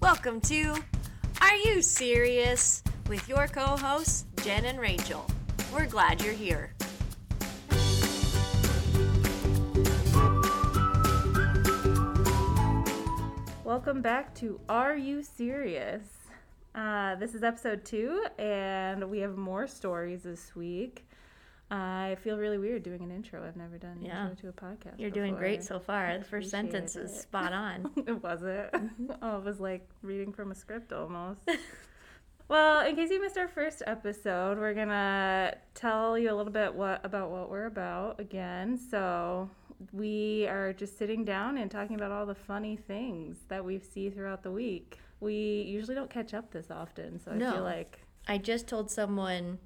Welcome to Are You Serious? with your co hosts, Jen and Rachel. We're glad you're here. Welcome back to Are You Serious? Uh, this is episode two, and we have more stories this week. I feel really weird doing an intro. I've never done an Yeah. intro to a podcast. You're doing great before. so far. The first appreciate sentence is it. spot on. it wasn't. Mm-hmm. oh, it was like reading from a script almost. well, in case you missed our first episode, we're gonna tell you a little bit what about what we're about again. So we are just sitting down and talking about all the funny things that we see throughout the week. We usually don't catch up this often, so I No. feel like I just told someone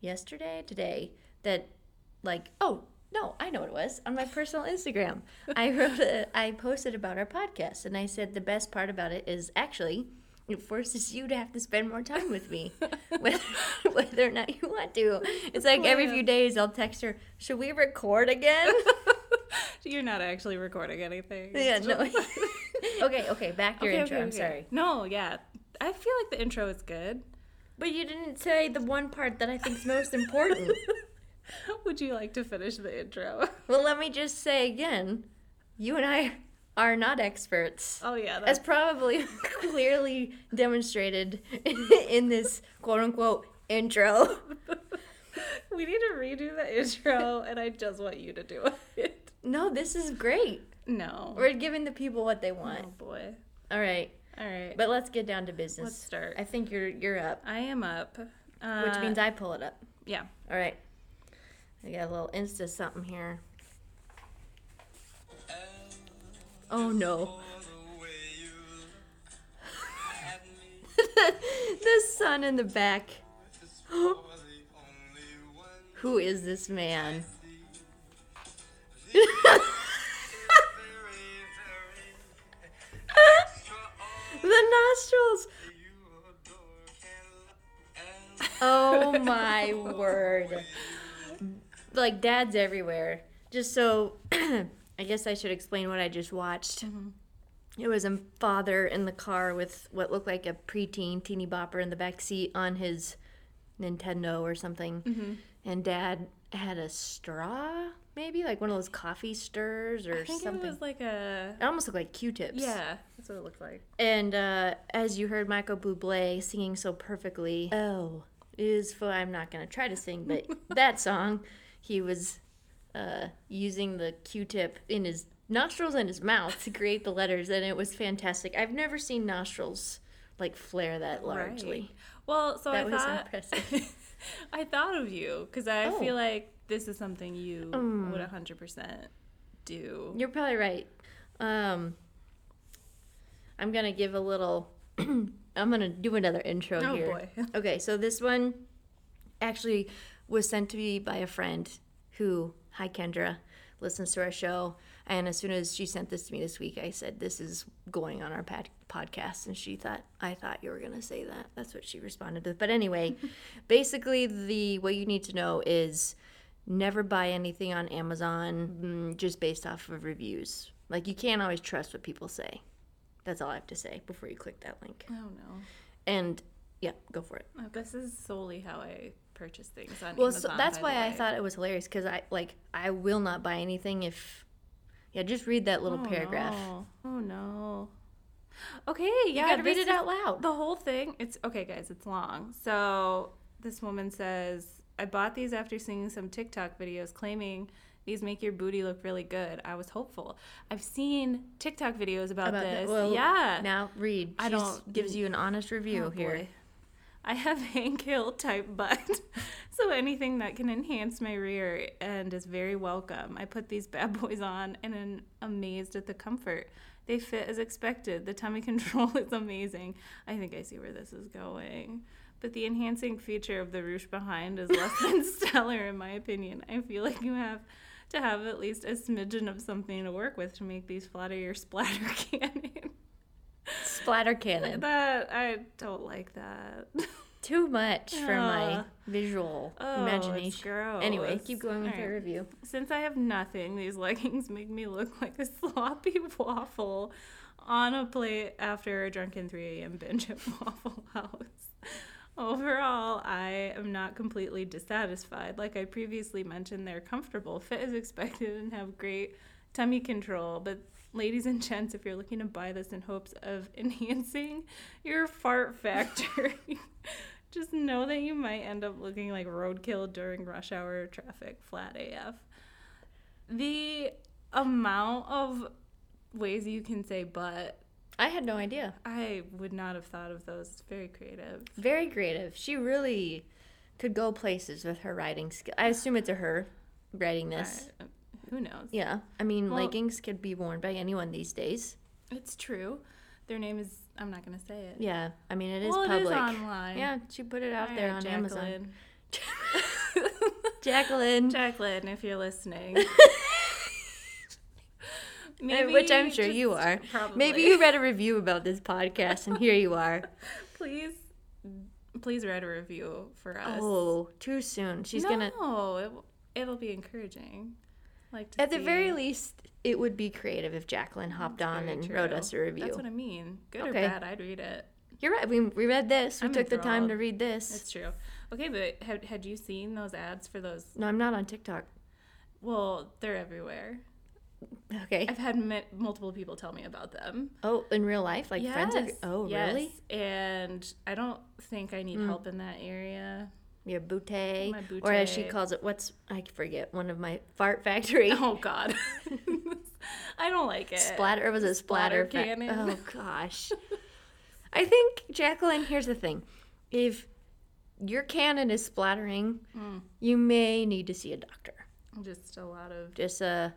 yesterday, today, that, like, oh, no, I know what it was on my personal Instagram. I wrote, a, I posted about our podcast, and I said the best part about it is actually it forces you to have to spend more time with me, whether, whether or not you want to. It's like every few plan. days I'll text her, "Should we record again?" you're not actually recording anything. yeah, no. okay, okay, back to your Okay, intro. okay, I'm okay. sorry, No, yeah. I feel like the intro is good. but you didn't say the one part that I think is most important. Would you like to finish the intro? Well, let me just say again, you and I are not experts. Oh yeah, As that's probably clearly demonstrated in this quote unquote intro. We need to redo the intro, and I just want you to do it. No, this is great. No. We're giving the people what they want. Oh boy. All right, All right. but let's get down to business. let's start. I think you're you're up, I am up. Uh, which means I pull it up. yeah. All right. I got a little insta something here. Oh no. the sun in the back. Who is this man? the nostrils. Oh my word. Like dads everywhere. Just so I guess I should explain what I just watched. Mm-hmm. It was a father in the car with what looked like a preteen teeny bopper in the back seat on his Nintendo or something. Mm-hmm. And dad had a straw, maybe like one of those coffee stirs or I think something. it was like a. It almost looked like Q-tips. Yeah, that's what it looked like. And uh, as you heard Michael Bublé singing so perfectly, oh, is for I'm not gonna try to sing, but that song, he was uh, using the Q-tip in his nostrils and his mouth to create the letters, and it was fantastic. I've never seen nostrils like flare that largely. Well, so That I was thought. impressive. I thought of you because I Oh. feel like this is something you would would hundred percent do. You're probably right. Um, I'm gonna give a little. I'm gonna do another intro Oh, here. boy. Okay, so this one actually was sent to me by a friend who, hi Kendra, listens to our show. And as soon as she sent this to me this week, I said, "This is going on our pod- podcast." And she thought, "I thought you were gonna say that." That's what she responded with. But anyway, basically, the what you need to know is never buy anything on Amazon mm, just based off of reviews. Like you can't always trust what people say. That's all I have to say before you click that link. I don't know. And yeah, go for it. This is solely how I purchase things on Well, Amazon. so that's by the why I way. thought it was hilarious because I like I will not buy anything if yeah. Just read that little Oh, paragraph. no. Oh no. Okay, yeah. You gotta read this it is- out loud. The whole thing. It's okay, guys. It's long. So this woman says, "I bought these after seeing some TikTok videos claiming." These make your booty look really good. I was hopeful. I've seen TikTok videos about, About that- this. well, yeah. Now read. I She just don't- gives you an honest review Oh, here. boy. I have Hank Hill type butt, so anything that can enhance my rear end is very welcome. I put these bad boys on and am amazed at the comfort. They fit as expected. The tummy control is amazing. I think I see where this is going. But the enhancing feature of the ruche behind is less than stellar, in my opinion. I feel like you have to have at least a smidgen of something to work with to make these flatter your splatter cannon. Splatter cannon. that, I don't like that. Too much for my Ah. visual Oh, it's imagination. gross. Anyway, keep going with All your right. review. Since I have nothing, these leggings make me look like a sloppy waffle on a plate after a drunken 3 a.m. binge at Waffle House. Overall, I am not completely dissatisfied. Like I previously mentioned, they're comfortable, fit as expected, and have great tummy control. But, ladies and gents, if you're looking to buy this in hopes of enhancing your fart factor, just know that you might end up looking like roadkill during rush hour traffic, flat AF. The amount of ways you can say but I had no idea. I would not have thought of those. It's very creative. Very creative. She really could go places with her writing skill. I assume it's a her writing this. I- who knows? Yeah. I mean, Well- leggings could be worn by anyone these days. It's true. Their name is. I'm not gonna say it. Yeah. I mean, it is well, public. it is online. Yeah, she put it out All there right, on Amazon. Jacqueline. Jacqueline, Jacqueline, if you're listening. which I'm sure just- you are. Probably. Maybe you read a review about this podcast and here you are. please, please write a review for us. Oh, too soon. She's no, gonna. it, w- it'll be encouraging. Like to At the see- very least, it would be creative if Jacqueline hopped That's on very and wrote true. us a review. That's what I mean. Good or Okay. bad, I'd read it. You're right. We, we read this. We I'm took the time to enthralled. read this. It's true. Okay, but had, had you seen those ads for those? No, I'm not on TikTok. Well, they're everywhere. Okay. I've had mi- multiple people tell me about them. Oh, in real life, like friends. Of, oh, really? Hmm. yes. And I don't think I need help in that area. Your bootay, My or as she bootay. calls it, what's I forget. One of my fart factory Oh God, I don't like it. splatter. Or was it splatter? Splatter fa- cannon. oh gosh. I think Jacqueline. Here's the thing: if your cannon is splattering, Mm. you may need to see a doctor. Just a lot of Just uh,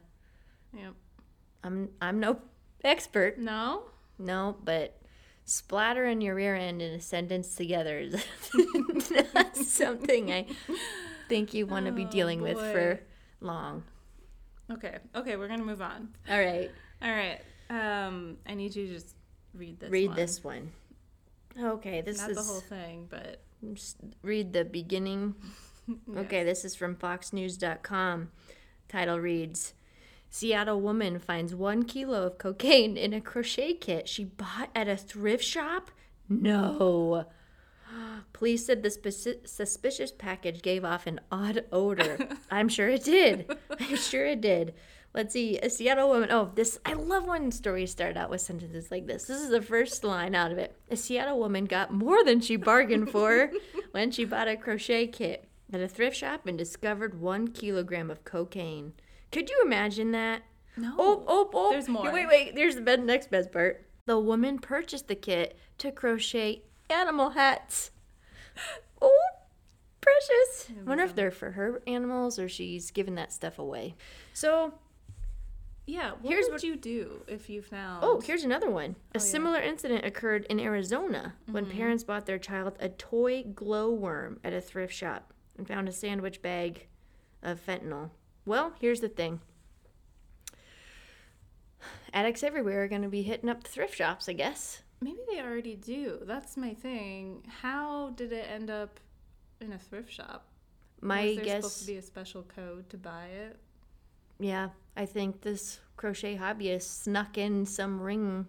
yep. I'm I'm no expert. No, No, but splatter in your rear end in a sentence together is not something I think you want to be Oh, dealing with for boy. long. okay, okay. We're gonna move on. All right, All right. Um, I need you to just read this. read one. this one. Okay, this Not is the whole thing, but just read the beginning. Okay, this is from FoxNews.com. Title reads Seattle woman finds one kilo of cocaine in a crochet kit she bought at a thrift shop? No. Police said the speci- suspicious package gave off an odd odor. I'm sure it did. I'm sure it did. Let's see. A Seattle woman. Oh, this. I love when stories start out with sentences like this. This is the first line out of it. A Seattle woman got more than she bargained for when she bought a crochet kit at a thrift shop and discovered one kilogram of cocaine. Could you imagine that? no. Oh, oh, oh. There's more. Wait, wait. There's the best, next best part. The woman purchased the kit to crochet animal hats. Oh, precious. wonder if they're for her animals or she's giving that stuff away. So, Yeah. What Here's would what- you do if you found? oh, here's another one. A similar incident occurred in Arizona when Mm-hmm. parents bought their child a toy glowworm at a thrift shop and found a sandwich bag of fentanyl. Well, here's the thing. Addicts everywhere are going to be hitting up the thrift shops, I guess. Maybe they already do. That's my thing. How did it end up in a thrift shop? My Was there supposed guess, to be a special code to buy it? yeah, I think this crochet hobbyist snuck in some ring.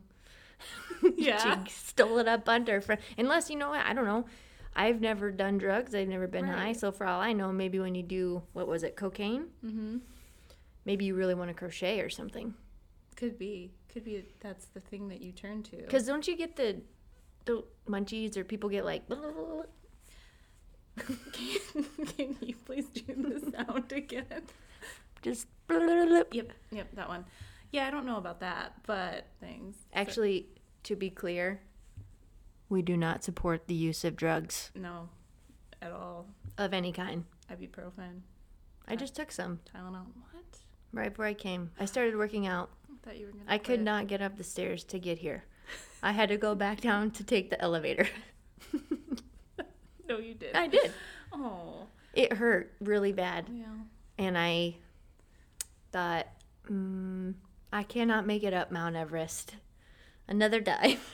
Yeah. she stole it up under. fr unless, you know what? I don't know. I've never done drugs. I've never been high. Right. So, for all I know, maybe when you do, what was it, cocaine? Mm-hmm. Maybe you really want to crochet or something. Could be. Could be. That's the thing that you turn to. Because don't you get the, the munchies or people get like, Can, can you please do the sound again? just. Yep. Yep. That one. Yeah, I don't know about that, but things. Actually, to be clear, we do not support the use of drugs No, at all. of any kind. Ibuprofen, I just took some Tylenol. What? right before I came. I started working out. I thought you were gonna. I could quit. not get up the stairs to get here. I had to go back down to take the elevator. No, you did. I did. Oh. It hurt really bad. Yeah. and I thought, mm, I cannot make it up Mount Everest. Another dive.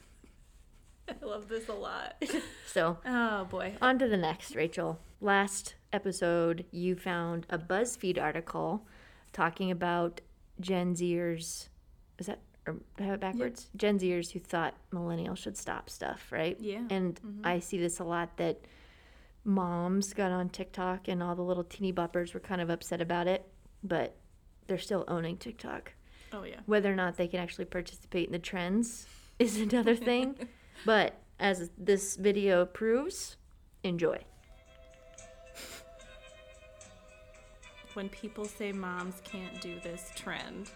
I love this a lot. So, Oh boy. on to the next, Rachel. Last episode, you found a BuzzFeed article talking about Gen Zers. Is that, or do I have it backwards? Gen Zers who thought millennials should stop stuff, right? Yeah. And I see this a lot that moms got on TikTok and all the little teeny boppers were kind of upset about it, but they're still owning TikTok. Oh yeah. Whether or not they can actually participate in the trends is another thing. but as this video proves, enjoy. When people say moms can't do this trend.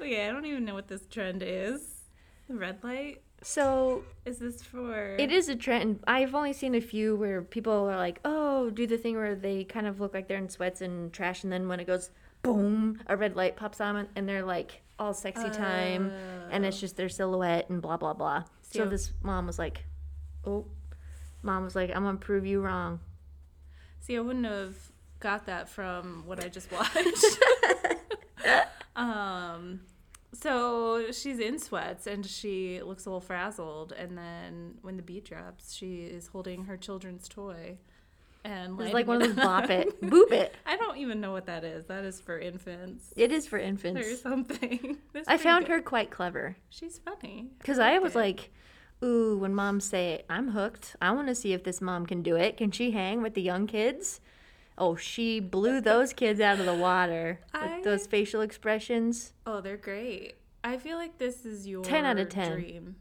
Okay, I don't even know what this trend is. The red light? So Is this for It is a trend. I've only seen a few where people are like, "Oh, do the thing where they kind of look like they're in sweats and trash," and then when it goes boom, a red light pops on, and they're like all sexy time, and it's just their silhouette and blah blah blah. So, So- this mom was like, "Oh," mom was like, "I'm gonna prove you wrong." See, I wouldn't have got that from what I just watched. um, so she's in sweats and she looks a little frazzled. And then when the beat drops, she is holding her children's toy. And It's lighting like one of it those bop up. it, boop it. I don't even know what that is. That is for infants It is for or infants. something. That's I pretty found good. her quite clever. She's funny. Because I was it. like, ooh, when moms say, it, I'm hooked, I want to see if this mom can do it. Can she hang with the young kids? Oh, she blew those kids out of the water with I- those facial expressions. Oh, they're great. I feel like this is your 10 outta 10. dream.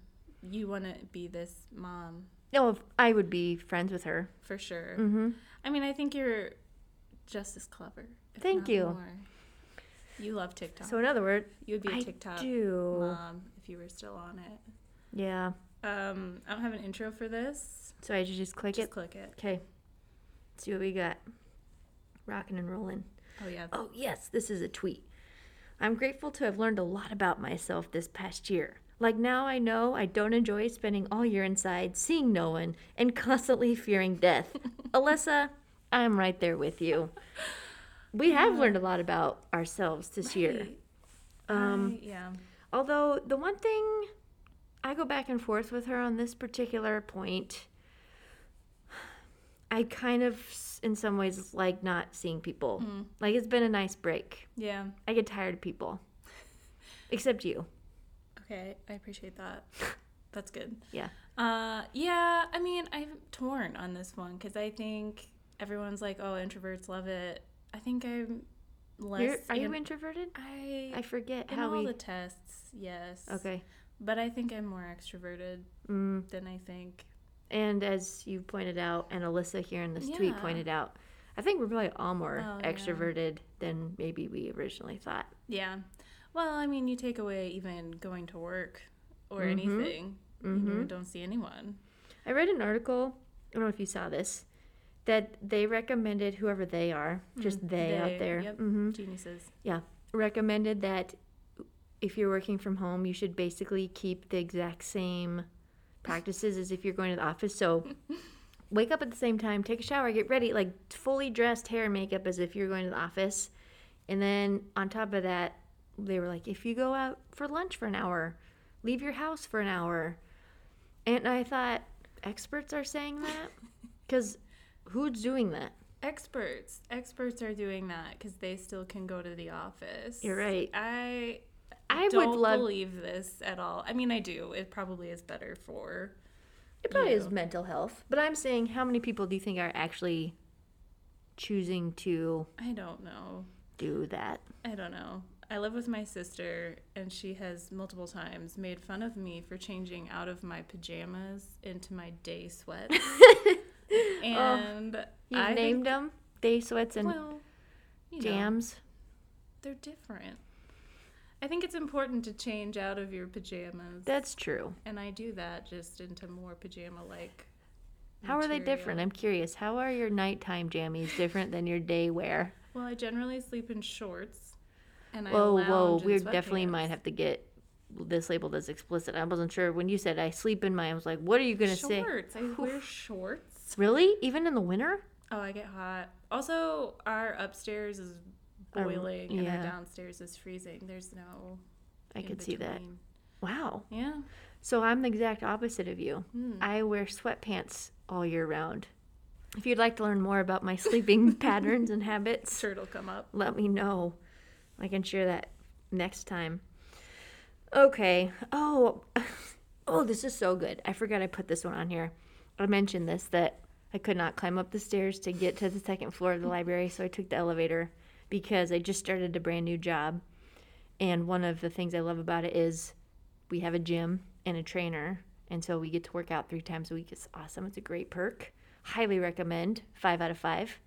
You want to be this mom. No, if I would be friends with her. for sure. Mm-hmm. I mean, I think you're just as clever. if Thank not you. more. You love TikTok. So, in other words, You'd be a I TikTok do. mom if you were still on it. Yeah. Um, I don't have an intro for this. So I should just click Just it. click it. Okay. See what we got. Rocking and rolling. Oh yeah. Oh, yes, this is a tweet. I'm grateful to have learned a lot about myself this past year. Like now I know I don't enjoy spending all year inside, seeing no one, and constantly fearing death. Alyssa, I'm right there with you. We have learned a lot about ourselves this year. Hey, Um, I- yeah. Although, the one thing I go back and forth with her on this particular point, I kind of, s- in some ways, like not seeing people. Like, it's been a nice break. Yeah. I get tired of people. Except you. Okay. I appreciate that. That's good. Yeah. Uh, yeah, I mean, I'm torn on this one because I think everyone's like, "Oh, introverts love it." I think I'm less. You're, are you in- introverted? I I forget in how all we. the tests, yes. okay. But I think I'm more extroverted Mm. than I think. And as you pointed out, and Alyssa here in this tweet Yeah. pointed out, I think we're probably all more Oh, yeah. extroverted than maybe we originally thought. Yeah. Well, I mean, you take away even going to work or Mm-hmm. anything, you don't see anyone. I read an article, I don't know if you saw this, that they recommended whoever they are, just they, Hmm. They- out there, Yep, mhm, Geniuses. Yeah. Recommended that if you're working from home, you should basically keep the exact same practices as if you're going to the office. So wake up at the same time, take a shower, get ready, like fully dressed, hair and makeup as if you're going to the office. And then on top of that, they were like, if you go out for lunch for an hour, leave your house for an hour. And I thought, experts are saying that? Because who's doing that? Experts. Experts are doing that because they still can go to the office. You're right. I I don't would love. believe this at all. I mean, I do. It probably is better for. It probably you. is mental health, but I'm saying how many people do you think are actually choosing to I don't know. do that? I don't know. I live with my sister, and she has multiple times made fun of me for changing out of my pajamas into my day sweats. and Oh, You've I named them day sweats and think, well, you know, jams. they're different. I think it's important to change out of your pajamas, That's true. and I do that just into more pajama-like. How are they material. different? I'm curious. How are your nighttime jammies different than your day wear? Well, I generally sleep in shorts, and Whoa, I whoa, lounge in we definitely sweatpants. might have to get this labeled as explicit. I wasn't sure when you said I sleep in my. I was like, what are you gonna say? shorts. I wear shorts. Really? Even in the winter? Oh, I get hot. Also, our upstairs is Our- boiling and yeah. our downstairs is freezing. There's no. I in could see that. between. Wow. Yeah. So I'm the exact opposite of you. I wear sweatpants all year round. If you'd like to learn more about my sleeping patterns and habits, Sure, it'll come up. let me know. I can share that next time. Okay. Oh, oh, this is so good. I forgot I put this one on here. I mentioned this that I could not climb up the stairs to get to the second floor of the library, so I took the elevator because I just started a brand new job. And one of the things I love about it is we have a gym and a trainer, and so we get to work out three times a week. It's awesome. It's a great perk. Highly recommend. Five out of five,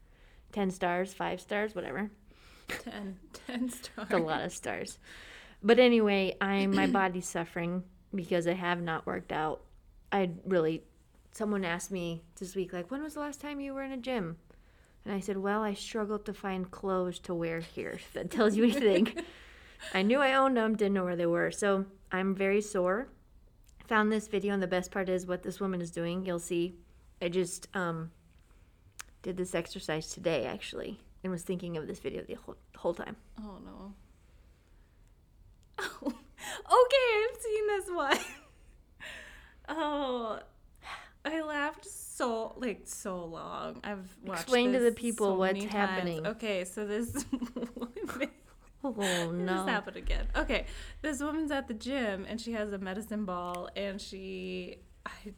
ten stars, five stars, whatever. Ten, ten stars. That's a lot of stars. But anyway, I'm my body's suffering because I have not worked out. I really someone asked me this week like when was the last time you were in a gym? And I said, "Well, I struggled to find clothes to wear here." If that tells you anything. I knew I owned them, didn't know where they were. So, I'm very sore. Found this video and the best part is what this woman is doing. You'll see. I just um did this exercise today actually and was thinking of this video the whole, whole time. Oh no. Oh, okay, I've seen this one. oh, I laughed so like so long. I've watched Explain to this the people so what's many times. happening. Okay, so this woman- Oh no. This happened again. Okay, this woman's at the gym and she has a medicine ball and she I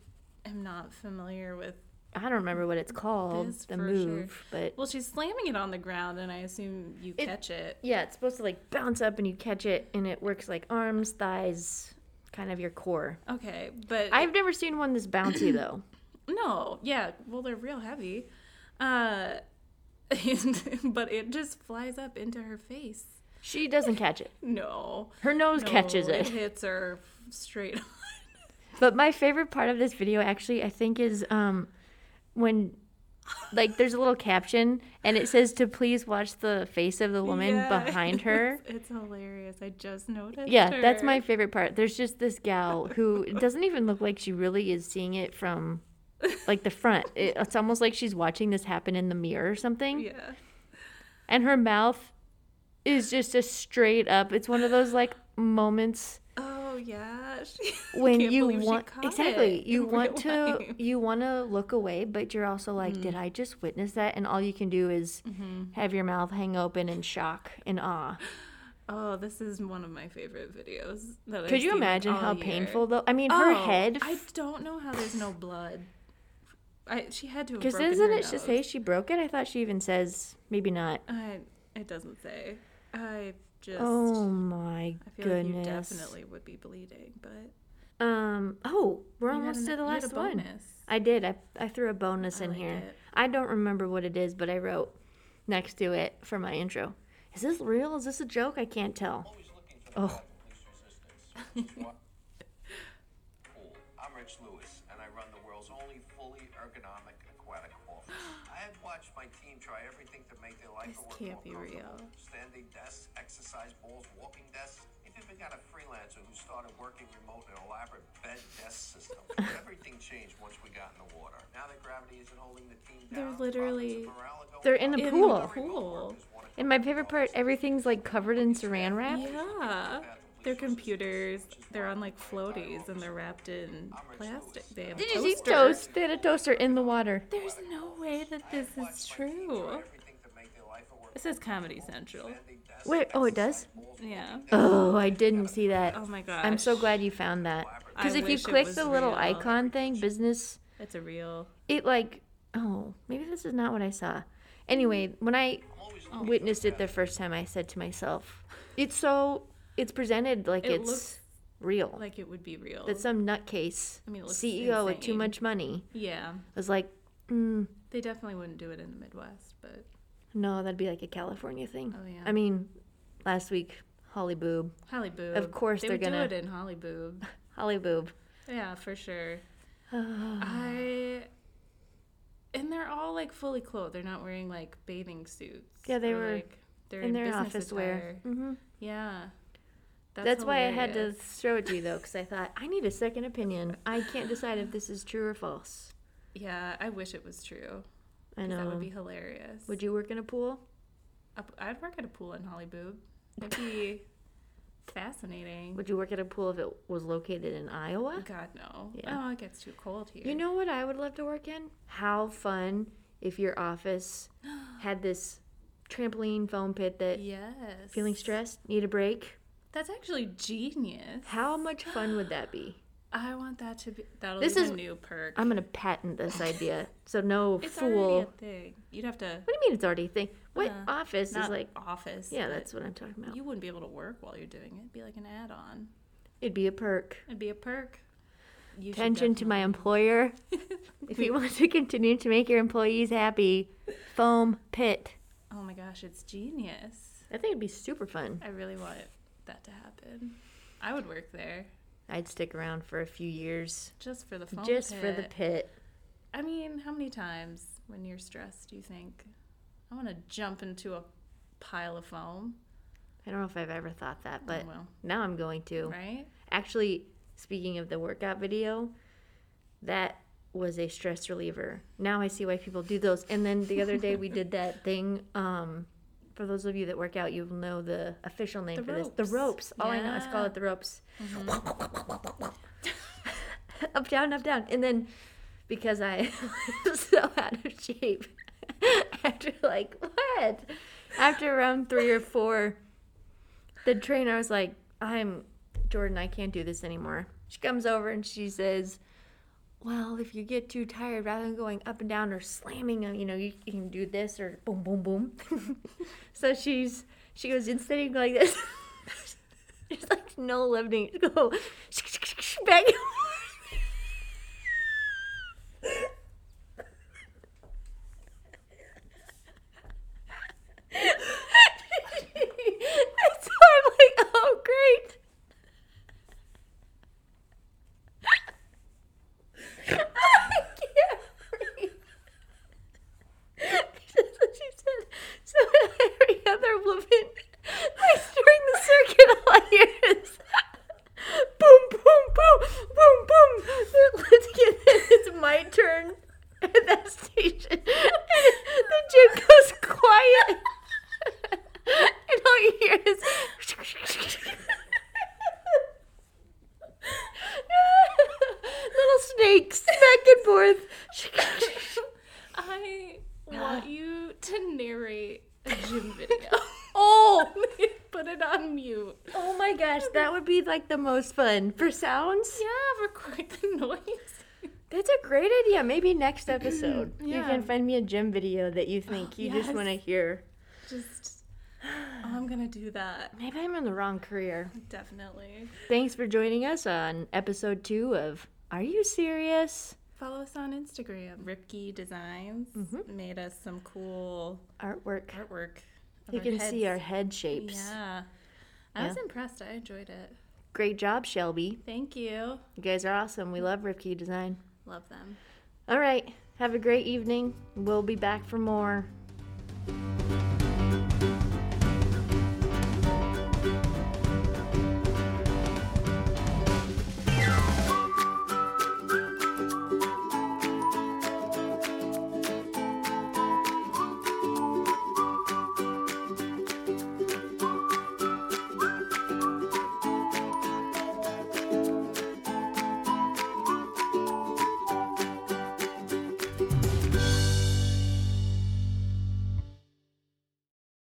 am not familiar with I don't remember what it's called, This the for sure. move, but well she's slamming it on the ground and I assume you It- catch it. yeah, it's supposed to like bounce up and you catch it and it works like arms, thighs, kind of your core. Okay, but I've never seen one this bouncy though. No, yeah. Well, they're real heavy. Uh, and, but it just flies up into her face. She doesn't catch it. No. Her nose No, catches it. hits her straight on. But my favorite part of this video actually I think is um when like there's a little caption and it says to please watch the face of the woman Yeah, behind her. It's, it's hilarious. I just noticed. Yeah, that's my her. favorite part. There's just this gal who it doesn't even look like she really is seeing it from like the front. It, it's almost like she's watching this happen in the mirror or something. Yeah. And her mouth is just a straight up. It's one of those like moments Oh yeah. She, I when can't you believe she want caught exactly it you in want real to life. Mm. you want to look away, but you're also like, did I just witness that? And all you can do is Mm-hmm. have your mouth hang open in shock and awe. Oh, this is one of my favorite videos. That Could I've you seen imagine all how year. painful though? I mean, her Oh, head I don't know how there's no blood. I she had to have Because broken doesn't her it nose. just say she broke it? I thought she even says maybe not. I it doesn't say. I just Oh my I feel goodness. like you definitely would be bleeding, but Um. Oh, we're you had almost an- to the you had a last one. bonus. I did. I I threw a bonus I in like here. it. I don't remember what it is, but I wrote next to it for my intro. Is this real? Is this a joke? I can't tell. Always looking for Oh. the guy who police resistance. Cool. I'm Rich Lewis, and I run the world's only fully ergonomic aquatic office. I have watched my team try everything to make their life This at work can't more be comfortable. real. Standing desks, exercise balls, walking desks. They've even got a freelancer who started working remote in an elaborate bed desk system. But everything changed once we got in the water. Now that gravity isn't holding the team down, They're the profits literally- and morale are going They're in a up. In the pool. pool. And my favorite part, everything's like covered in saran wrap. Yeah. They're computers. They're on like floaties and they're wrapped in plastic. They have Did you see toasters. toast? They had a toaster in the water. There's no way that this is true. This is Comedy Central. Wait. Oh, it does. Yeah. Oh, I didn't see that. Oh my gosh. I'm so glad you found that. Because I if you wish it click was the little real. icon thing, business, It's a real. it like, oh, maybe this is not what I saw. Anyway, when I witnessed it the first time, I said to myself, it's so, it's presented like It it's looks real. Like it would be real. that some nutcase I mean, it looks CEO with too insane. much money yeah. was like, "Mm, They definitely wouldn't do it in the Midwest, but no, that'd be like a California thing. Oh, yeah. I mean, last week, Holly Boob, Holly Boob. Of course they they're would gonna- do it in Holly Boob. Holly Boob. Yeah, for sure. I and they're all like fully clothed. They're not wearing like bathing suits. Yeah, they or, were like, they're in their business office wear. Mm-hmm. attire. Yeah, That's why I had to hilarious. throw it to you though, because I thought I need a second opinion. I can't decide if this is true or false. Yeah, I wish it was true. I 'cause know. That would be hilarious. Would you work in a pool? Up- I'd work at a pool in Holly Boob. That'd be fascinating. Would you work at a pool if it was located in Iowa? God no. Yeah. Oh, it gets too cold here. You know what I would love to work in? How fun if your office had this trampoline foam pit that Yes. feeling stressed, need a break? That's actually genius. How much fun would that be? I want that to be. That'll This be is- a new perk. I'm gonna patent this idea. So no it's fool. already a thing. You'd have to. What do you mean it's already a thing? What Uh, office Not is like? office. Yeah, but that's what I'm talking about. You wouldn't be able to work while you're doing it. It'd be like an add-on. It'd be a perk. It'd be a perk. You should Attention to my employer. if you want to continue to make your employees happy, foam pit. definitely- Oh my gosh, it's genius. I think it'd be super fun. I really want that to happen. I would work there I'd stick around for a few years just for the phone. just for the pit. pit. I mean, how many times when you're stressed do you think, I want to jump into a pile of foam? Oh, I don't know if I've ever thought that, but well. now I'm going to. Mm. Right? Actually, speaking of the workout video, that was a stress reliever. Now I see why people do those. And then the other day we did that thing. Um, for those of you that work out, you'll know the official name The for this. The ropes. ropes. All I know is call Yeah. it the ropes. up down, up down, and then because I was so out of shape after like what after round three or four, the trainer was like, "I'm Jordan. I can't do this anymore." She comes over and she says, "Well, if you get too tired, rather than going up and down or slamming, uh, you know, you can do this or boom, boom, boom." so she's she goes instead of going like this. It's like no lifting. Go back and forth. That's why I'm like, oh great. I can't breathe. That's what she said. So every other woman, like during the circuit, all I hear is boom, boom, boom, boom, boom. Let's get this. It's my turn at that station. And the gym goes quiet. And all you hear is. Little snakes back and forth. I want you to narrate a gym video. Oh, Put it on mute. oh my gosh, that would be like the most fun for sounds. Yeah, record the noise. That's a great idea. Maybe next episode you Yeah. can find me a gym video that you think you just yes. want to hear. Just, oh, I'm going to do that. Maybe I'm in the wrong career. Definitely. Thanks for joining us on episode two of Are You Serious? Follow us on Instagram. Ripkey Designs Mm-hmm. made us some cool Artwork. artwork. of You our can see our heads. head shapes. Yeah. I was Yeah. impressed. I enjoyed it. Great job, Shelby. Thank you. You guys are awesome. We love Ripkey Design. Love them. All right, have a great evening. We'll be back for more.